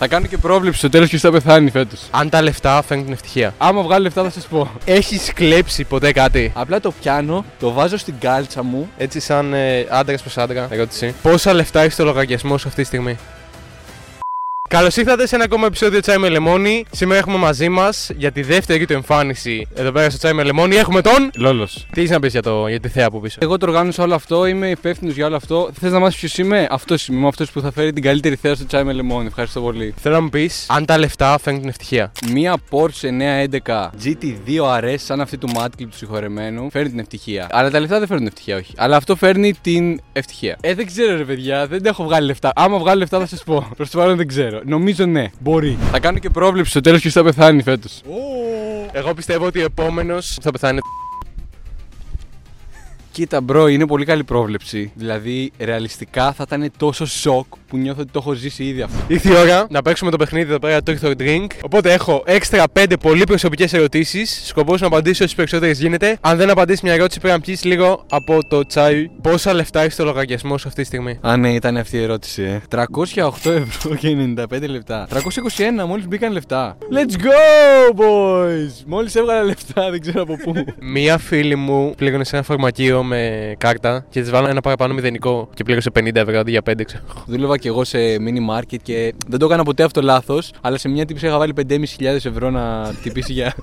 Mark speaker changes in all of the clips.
Speaker 1: Θα κάνω και πρόβλεψη στο τέλος και θα πεθάνει φέτος.
Speaker 2: Αν τα λεφτά φέρνουν την ευτυχία.
Speaker 1: Άμα βγάλει λεφτά θα σας πω.
Speaker 2: Έχεις κλέψει ποτέ κάτι.
Speaker 1: Απλά το πιάνω, το βάζω στην κάλτσα μου.
Speaker 2: Έτσι, σαν ε, άντρας προς άντρα, ερώτηση. ναι. Πόσα λεφτά έχεις στο λογαριασμό σου αυτή τη στιγμή. Καλώς ήρθατε σε ένα ακόμα επεισόδιο Τσάι με Λεμόνι. Σήμερα έχουμε μαζί μας για τη δεύτερη του εμφάνιση εδώ πέρα στο Τσάι με Λεμόνι. Έχουμε τον.
Speaker 1: Λόλος.
Speaker 2: Τι έχεις να πεις για, το... για τη θέα που πίσω.
Speaker 1: Εγώ το οργάνωσα όλο αυτό, είμαι υπεύθυνος για όλο αυτό. Θες να μάθεις ποιος είμαι, αυτός είμαι. Είμαι αυτός που θα φέρει την καλύτερη θέα στο τσάι με λεμόνι. Ευχαριστώ πολύ.
Speaker 2: Θέλω να μου πεις αν τα λεφτά φέρνουν την ευτυχία.
Speaker 1: Μία Porsche 911 GT2 RS, σαν αυτή του Matclip του συγχωρεμένου, φέρνει την ευτυχία. Αλλά τα λεφτά δεν φέρνουν ευτυχία, όχι. Αλλά αυτό φέρνει την ευτυχία. Ε, δεν ξέρω, ρε παιδιά, δεν τα έχω βγάλει λεφτά. Άμα βγάλει λεφτά θα σας πω. Προς το παρόν δεν ξέρω. Νομίζω ναι, μπορεί. Θα κάνω και πρόβλεψη στο τέλος και θα πεθάνει φέτος.
Speaker 2: Εγώ πιστεύω ότι ο επόμενος θα πεθάνει.
Speaker 1: Κοίτα, μπρο, είναι πολύ καλή πρόβλεψη. Δηλαδή, ρεαλιστικά θα ήταν τόσο σοκ που νιώθω ότι το έχω ζήσει ήδη αυτό.
Speaker 2: Ήρθε η ώρα να παίξουμε το παιχνίδι εδώ πέρα, το Trick or Drink. Οπότε έχω έξτρα 5 πολύ προσωπικές ερωτήσεις. Σκοπός να απαντήσω όσε περισσότερες γίνεται. Αν δεν απαντήσεις μια ερώτηση, πρέπει να πιεις λίγο από το τσάι. Πόσα λεφτά έχει στο λογαριασμό σου αυτή τη στιγμή.
Speaker 1: Α, ναι, ήταν αυτή η ερώτηση, ε. 308 ευρώ και 95 λεπτά. 321, μόλις μπήκαν λεφτά. Let's go, boys! Μόλις έβγαλα λεφτά, δεν ξέρω από πού.
Speaker 2: Μία φίλη μου πλήγωνε σε ένα φαρμακείο με κάρτα και της βάλανε ένα παραπάνω μηδενικό και πλήγωσε 50 ευρώ αντί για 5 ξέρω.
Speaker 1: Δούλευα και εγώ σε mini market και δεν το έκανα ποτέ αυτό λάθος, αλλά σε μια τύψη είχα βάλει 5.500 ευρώ να χτυπήσει για.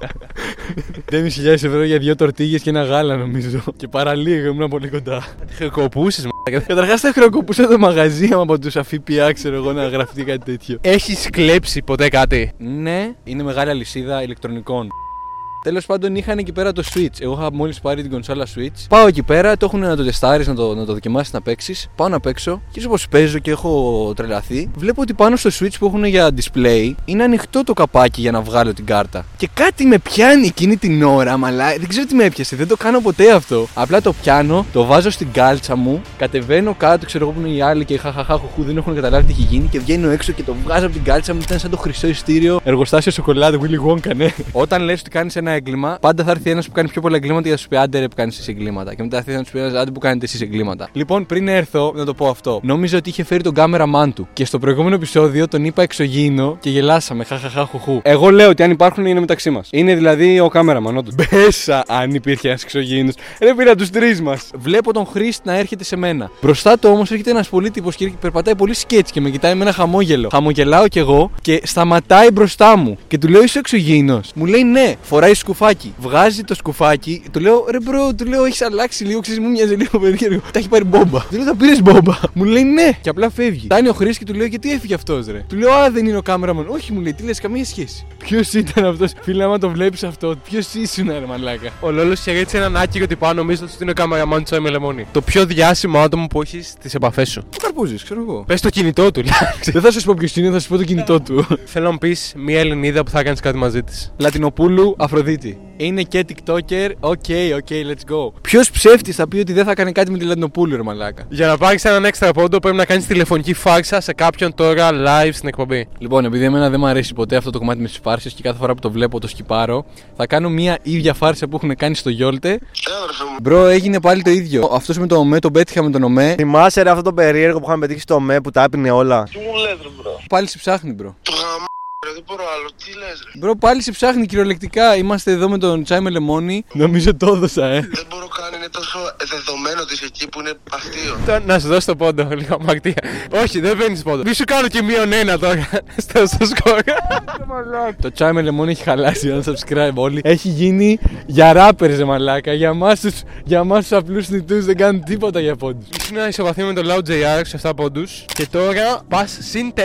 Speaker 1: 5.500 ευρώ για δύο τορτίγες και ένα γάλα, νομίζω. Και παραλίγο ήμουν πολύ κοντά.
Speaker 2: Χρεοκοπούσε,
Speaker 1: Καταρχά θα χρεοκοπούσα το μαγαζί άμα από του αφήπια, ξέρω εγώ, να γραφτεί κάτι τέτοιο.
Speaker 2: Έχεις κλέψει ποτέ κάτι.
Speaker 1: Ναι, είναι μεγάλη αλυσίδα ηλεκτρονικών. Τέλος πάντων, είχαν εκεί πέρα το Switch. Εγώ είχα μόλις πάρει την κονσόλα Switch. Πάω εκεί πέρα, το έχουν να το τεστάρεις, να το, να το δοκιμάσεις να παίξεις. Πάω να παίξω και όπως παίζω και έχω τρελαθεί, βλέπω ότι πάνω στο Switch που έχουν για display είναι ανοιχτό το καπάκι για να βγάλω την κάρτα. Και κάτι με πιάνει εκείνη την ώρα, μαλά. Δεν ξέρω τι με έπιασε, δεν το κάνω ποτέ αυτό. Απλά το πιάνω, το βάζω στην κάλτσα μου, κατεβαίνω κάτω, ξέρω εγώ που είναι οι άλλοι και χαχαχά χουχού δεν έχουν καταλάβει τι έχει γίνει και βγαίνω έξω και το βγάζω από την κάλτσα μου. Ήταν σαν το χρυσό ειστήριο εργοστάσιο σοκολάτα, Willy Wonka, ναι. Όταν λες ότι κάνεις ένα έγκλημα, πάντα θα έρθει ένας που κάνει πιο πολλά εγκλήματα για να σου πει άντε ρε που κάνεις εσύ εγκλήματα. Και μετά θα έρθει ένας που πει άντε που κάνετε εσείς εγκλήματα. Λοιπόν, πριν έρθω να το πω αυτό, νόμιζα ότι είχε φέρει τον κάμεραμάν του. Και στο προηγούμενο επεισόδιο τον είπα εξωγήινο και γελάσαμε. Χαχαχά χουχού. Εγώ λέω ότι αν υπάρχουν είναι μεταξύ μας. Είναι δηλαδή ο κάμεραμαν, όντως. Μπέσα αν υπήρχε ένας εξωγήινος. Ρε πήρα τους τρεις μας. Βλέπω τον χρήστη να έρχεται σε μένα. Μπροστά του όμως έρχεται ένας πολίτυπο και περπατάει πολύ σκέτ και με κοιτάει με ένα χαμόγελο. Χαμογελάω κι εγώ και σταματάει μπροστά μου και του λέω είσαι εξωγήινος. Μου λέει ναι, φοράει σκουφάκι. Βγάζει το σκουφάκι, του λέω ρε μπρο, του λέω έχεις αλλάξει λίγο, ξέρεις μου μοιάζει λίγο περίεργο. Τα έχει πάρει μπόμπα. Του λέω θα πήρες μπόμπα. Μου λέει ναι, και απλά φεύγει. Τάνει ο χρήστης και του λέω γιατί έφυγε αυτός ρε. Του λέω α δεν είναι ο κάμεραμαν. Όχι μου λέει τι λες καμία σχέση. Ποιος ήταν αυτός, φίλε άμα το βλέπεις αυτό, ποιος ήσουν ρε μαλάκα.
Speaker 2: Ο Λόλος χαιρέτησε έναν άκυρο τυπά, νομίζω ότι είναι ο καμεραμάν του με Λεμόνι. Το πιο διάσημο άτομο που έχεις στις επαφές σου.
Speaker 1: Του καρπούζεις, ξέρω εγώ. Ε,
Speaker 2: Πες το κινητό του, λέει.
Speaker 1: Δεν θα σας πω ποιος είναι, θα σας πω το κινητό του.
Speaker 2: Θέλω να μου πεις μια Ελληνίδα που θα κάνει κάτι μαζί της.
Speaker 1: Λατινοπούλου Αφροδίτη. Είναι και TikToker. Οκ, οκ, let's go. Ποιος ψεύτης θα πει ότι δεν θα κάνει κάτι με τη Λατινοπούλου, ρε μαλάκα.
Speaker 2: Για να πάρεις έναν έξτρα πόντο πρέπει να κάνεις τηλεφωνική φάρσα σε κάποιον τώρα live στην εκπομπή.
Speaker 1: Λοιπόν, επειδή εμένα δεν μου αρέσει ποτέ αυτό το κομμάτι με τις φάρσες και κάθε φορά που το βλέπω το σκυπάρω, θα κάνω μια ίδια φάρσα που έχουν κάνει στο Γιόλτε. Μπρο, έγινε πάλι το ίδιο. Αυτός με το ΟΜΕ, τον πέτυχα με τον ΟΜΕ.
Speaker 3: Θυμάσαι ρε αυτό το περίεργο που είχαμε πετύχει στο ΜΕ που τα έπινε όλα.
Speaker 4: Τι μου λες ρε μπρο.
Speaker 1: Πάλι σε ψάχνει, μπρο.
Speaker 4: Το γαμ... ρε, δεν μπορώ άλλο. Τι λες ρε.
Speaker 1: Μπρο, πάλι σε ψάχνει κυριολεκτικά. Είμαστε εδώ με τον Τσάι με λεμόνι. Νομίζω το έδωσα, ε.
Speaker 4: Δεν μπορώ καν, είναι τόσο δεδομένο ότι είσαι εκεί που είναι αστείο.
Speaker 2: Τώρα Να σου δώσω το πόντο, λίγο αμαρτία. Όχι, δεν παίρνεις πόντο. Μη σου κάνω και μείον ένα τώρα στο, στο σκορ.
Speaker 1: Το τσάι με λεμόνι έχει χαλάσει ένα subscribe όλοι. Έχει γίνει για ράπερ ρε μαλάκα. Για εμά τους για εμάς τους απλούς νητούς δεν κάνουν τίποτα για πόντους.
Speaker 2: Ήσουν ισοπαθή με το Loud JR σε 7 πόντους. Και τώρα πας συν 4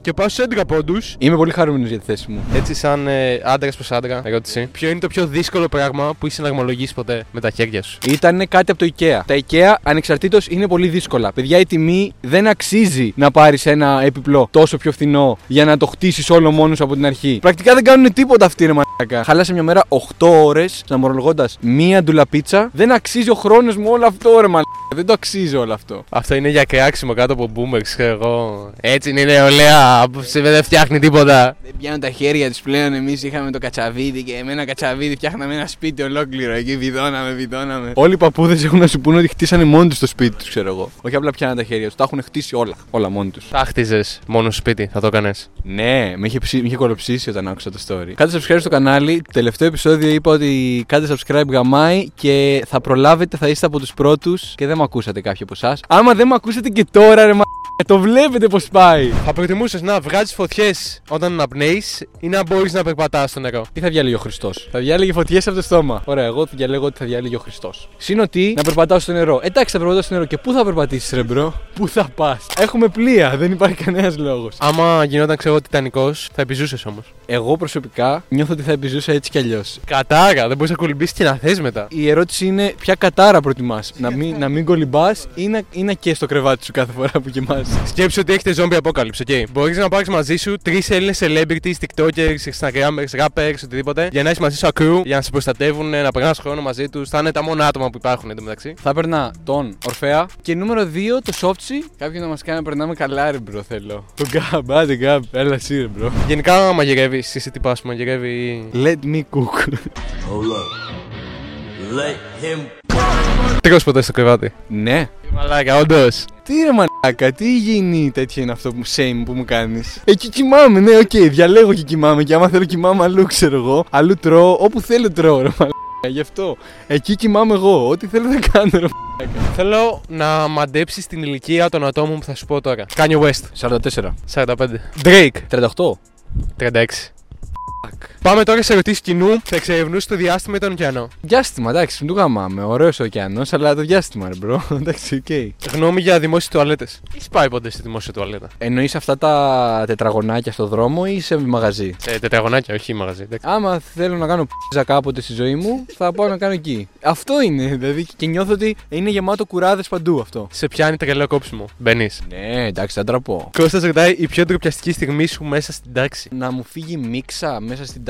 Speaker 2: και πα στου 11 πόντους.
Speaker 1: Είμαι πολύ χαρούμενος για τη θέση μου.
Speaker 2: Έτσι, σαν ε, άντρας προς άντρα, ερώτηση. Ποιο είναι το πιο δύσκολο πράγμα που είσαι να αρμολογήσει ποτέ με τα χέρια σου.
Speaker 1: Ήταν κάτι από το IKEA. Τα IKEA ανεξαρτήτως είναι πολύ δύσκολα. Παιδιά, η τιμή δεν αξίζει να πάρεις ένα επιπλό τόσο πιο φθηνό για να το χτίσεις όλο μόνος από την αρχή. Πρακτικά δεν κάνουν τίποτα αυτοί, ρε μαλάκα. Χάλασα μια μέρα 8 ώρες, συναμορολογώντας μία ντουλαπίτσα. Δεν αξίζει ο χρόνος μου όλο αυτό, ρε μαλάκα. Δεν το αξίζει όλο αυτό.
Speaker 2: Αυτό είναι για κράξιμο κάτω από boomers, ξέρω εγώ. Έτσι είναι η νεολαία. Α, απόψε δεν φτιάχνει τίποτα.
Speaker 5: Δεν πιάνουν τα χέρια τους πλέον. Εμείς είχαμε το κατσαβίδι και με ένα κατσαβίδι φτιάχναμε ένα σπίτι ολόκληρο. Εκεί βιδώναμε, βιδώναμε.
Speaker 1: Όλοι οι παππούδες έχουν να σου πούνε ότι χτίσανε μόνοι τους το σπίτι τους, ξέρω εγώ. Όχι απλά πιάνανε τα χέρια τους, τα έχουν χτίσει όλα. Όλα μόνοι τους.
Speaker 2: Θα χτίζες μόνο στο σπίτι, θα το έκανες.
Speaker 1: Ναι, με είχε, ψη- με είχε κολοψήσει όταν άκουσα το story. Κάντε subscribe στο κανάλι. Το τελευταίο επεισόδιο είπα ότι κάντε subscribe γαμάει και θα προλάβετε, θα είστε από τους πρώτους και δεν με ακούσατε κάποιοι από εσάς. Άμα δεν με ακούσατε και τώρα, ρε μα. Το βλέπετε πώ πάει.
Speaker 2: Θα προτιμούσες να βγάζεις φωτιές όταν αναπνέεις ή να μπορείς να περπατάς στο νερό.
Speaker 1: Τι θα διάλεγε ο Χριστός. Θα διάλεγε φωτιές από το στόμα. Ωραία, εγώ διαλέγω ότι θα διάλεγε ο Χριστός. Συν ότι να περπατάω στο νερό. Ε, Εντάξει, θα περπατάω στο νερό. Και πού θα περπατήσεις, ρε μπρο. Πού θα πας. Έχουμε πλοία, δεν υπάρχει κανένας λόγος.
Speaker 2: Άμα γινόταν, ξέρω, τιτανικός, θα επιζούσες όμως.
Speaker 1: Εγώ προσωπικά νιώθω ότι θα επιζούσα έτσι κι αλλιώς.
Speaker 2: Κατάρα, δεν μπορείς να κολυμπήσεις τι να θες μετά.
Speaker 1: Η ερώτηση είναι ποια κατάρα προτιμάς. Να μην, να μην κολυμπάς ή να, ή να καίς το κρεβάτι σου κάθε φορά που κοιμάσαι.
Speaker 2: Σκέψου ότι έχετε zombie apocalypse, ok. Μπορείς να πάρεις μαζί σου τρεις Έλληνες celebrities, TikTokers, Instagrammers, rappers, οτιδήποτε, για να έχεις μαζί σου ακρού, για να σε προστατεύουν, να περνάς χρόνο μαζί τους. Θα είναι τα μόνα άτομα που υπάρχουν εντωμεταξύ.
Speaker 1: Θα έπαιρνα τον Ορφέα και νούμερο 2 το Σόφτσι.
Speaker 5: Κάποιον να μας κάνει να περνάμε καλά, ρε μπρο, θέλω.
Speaker 1: Τον Γκάμπ, άντε Γκάμπ, έλα εσύ ρε μπρο.
Speaker 2: Γενικά μαγειρεύεις, εσύ τι πα, μαγειρεύει. ή-
Speaker 1: Let me cook.
Speaker 2: Τρως ποτέ στο κρεβάτι.
Speaker 1: ναι.
Speaker 2: Μαλάκα, όντως.
Speaker 1: Τι ρε μαλάκα, τι υγιεινή τέτοια είναι αυτό που shame που μου κάνεις. Εκεί κοιμάμαι, ναι, οκ, διαλέγω και κοιμάμαι. Και άμα θέλω κοιμάμαι αλλού, ξέρω εγώ. Αλλού τρώω, όπου θέλω τρώω, ρε μαλάκα. Γι' αυτό. Εκεί κοιμάμαι εγώ. Ό,τι θέλω να κάνω, ρε
Speaker 2: Θέλω να μαντέψεις την ηλικία των ατόμων που θα σου πω τώρα. Κάνιο West,
Speaker 1: 44.
Speaker 2: 45. Drake,
Speaker 1: 38.
Speaker 2: 36. Πάμε τώρα σε ερωτήσεις κοινού. Θα εξερευνούσε το διάστημα ή τον ωκεανό.
Speaker 1: Διάστημα, εντάξει, μην του γαμάμε. Ωραίος ο ωκεανός, αλλά το διάστημα, ρε μπρο. Εντάξει, οκ.
Speaker 2: Γνώμη για δημόσιες τουαλέτες. Έχεις πάει ποτέ στη δημόσια τουαλέτα.
Speaker 1: Εννοείς αυτά τα τετραγωνάκια στο δρόμο ή σε μαγαζί.
Speaker 2: Σε τετραγωνάκια, όχι μαγαζί. εντάξει.
Speaker 1: Άμα θέλω να κάνω πίζα κάποτε στη ζωή μου, θα πάω να κάνω εκεί. Αυτό είναι, δηλαδή, και νιώθω ότι είναι γεμάτο κουράδες παντού αυτό.
Speaker 2: Σε πιάνει τρελό κόψιμο. Μπαίνεις.
Speaker 1: Ναι, εντάξει, θα τραπώ.
Speaker 2: Κώστας ρωτάει η πιο ντροπιαστική στιγμή σου μέσα στην τάξη.
Speaker 1: Να μου φύγει μίξα μέσα στην τάξη.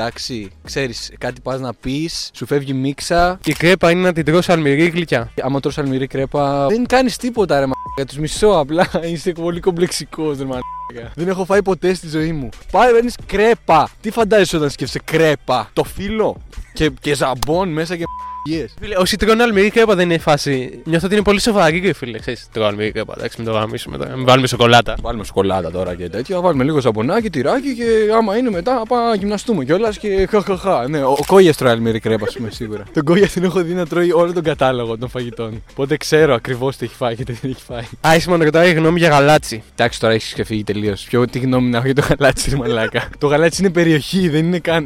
Speaker 1: Ξέρεις, κάτι πας να πεις, σου φεύγει μίξα.
Speaker 2: Η κρέπα είναι να την τρώσει αλμυρή ή γλυκιά.
Speaker 1: Άμα τρως αλμυρή κρέπα, δεν κάνεις τίποτα, ρε μαλάκα. Του μισώ απλά. Είσαι πολύ κομπλεξικός, ρε μαλάκα. Δεν έχω φάει ποτέ στη ζωή μου. Πάει, παίρνεις κρέπα. Τι φαντάζεσαι όταν σκέφτεσαι κρέπα. Το φύλλο. Και, και ζαμπόν μέσα και μαλακίες.
Speaker 2: Φίλε, όσοι τρώνε αλμυρή κρέπα δεν είναι φάση. Νιώθω ότι είναι πολύ σοβαρή και φίλε. Ξέρεις, τρώω αλμυρή κρέπα. Εντάξει, μην το γαμίσουμε τώρα. Μην βάλουμε σοκολάτα.
Speaker 1: Βάλουμε σοκολάτα τώρα και τέτοια. Βάλουμε λίγο σαμπονάκι, τυράκι και άμα είναι μετά πάμε να γυμναστούμε κιόλας και χαχαχά. Ναι, ο, ο Κόγιας τρώει αλμυρή κρέπα, ας πούμε, σίγουρα. τον Κόγια την έχω δει να τρώει όλο τον κατάλογο των φαγητών. Οπότε ξέρω ακριβώς τι έχει φάει και τι δεν έχει φάει.
Speaker 2: Άισμαν ρωτάει γνώμη για γαλάτσι.
Speaker 1: Εντάξει, τώρα έχεις ξεφύγει τελείως. Ποιο τι γνώμη να έχω για το γαλάτσι, ρε μαλάκα. το γαλάτσι είναι περιοχή, δεν είναι καν.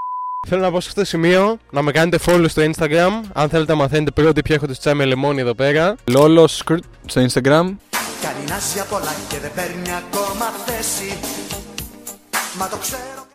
Speaker 2: Θέλω να πω σε αυτό το σημείο να με κάνετε follow στο Instagram. Αν θέλετε να μαθαίνετε πρώτοι ποιο έχω το τσάι με λεμόνι εδώ πέρα.
Speaker 1: Λόλος σκρτ στο Instagram.
Speaker 6: Κάνει να πολλά και δεν παίρνει ακόμα θέση. Μα το ξέρω.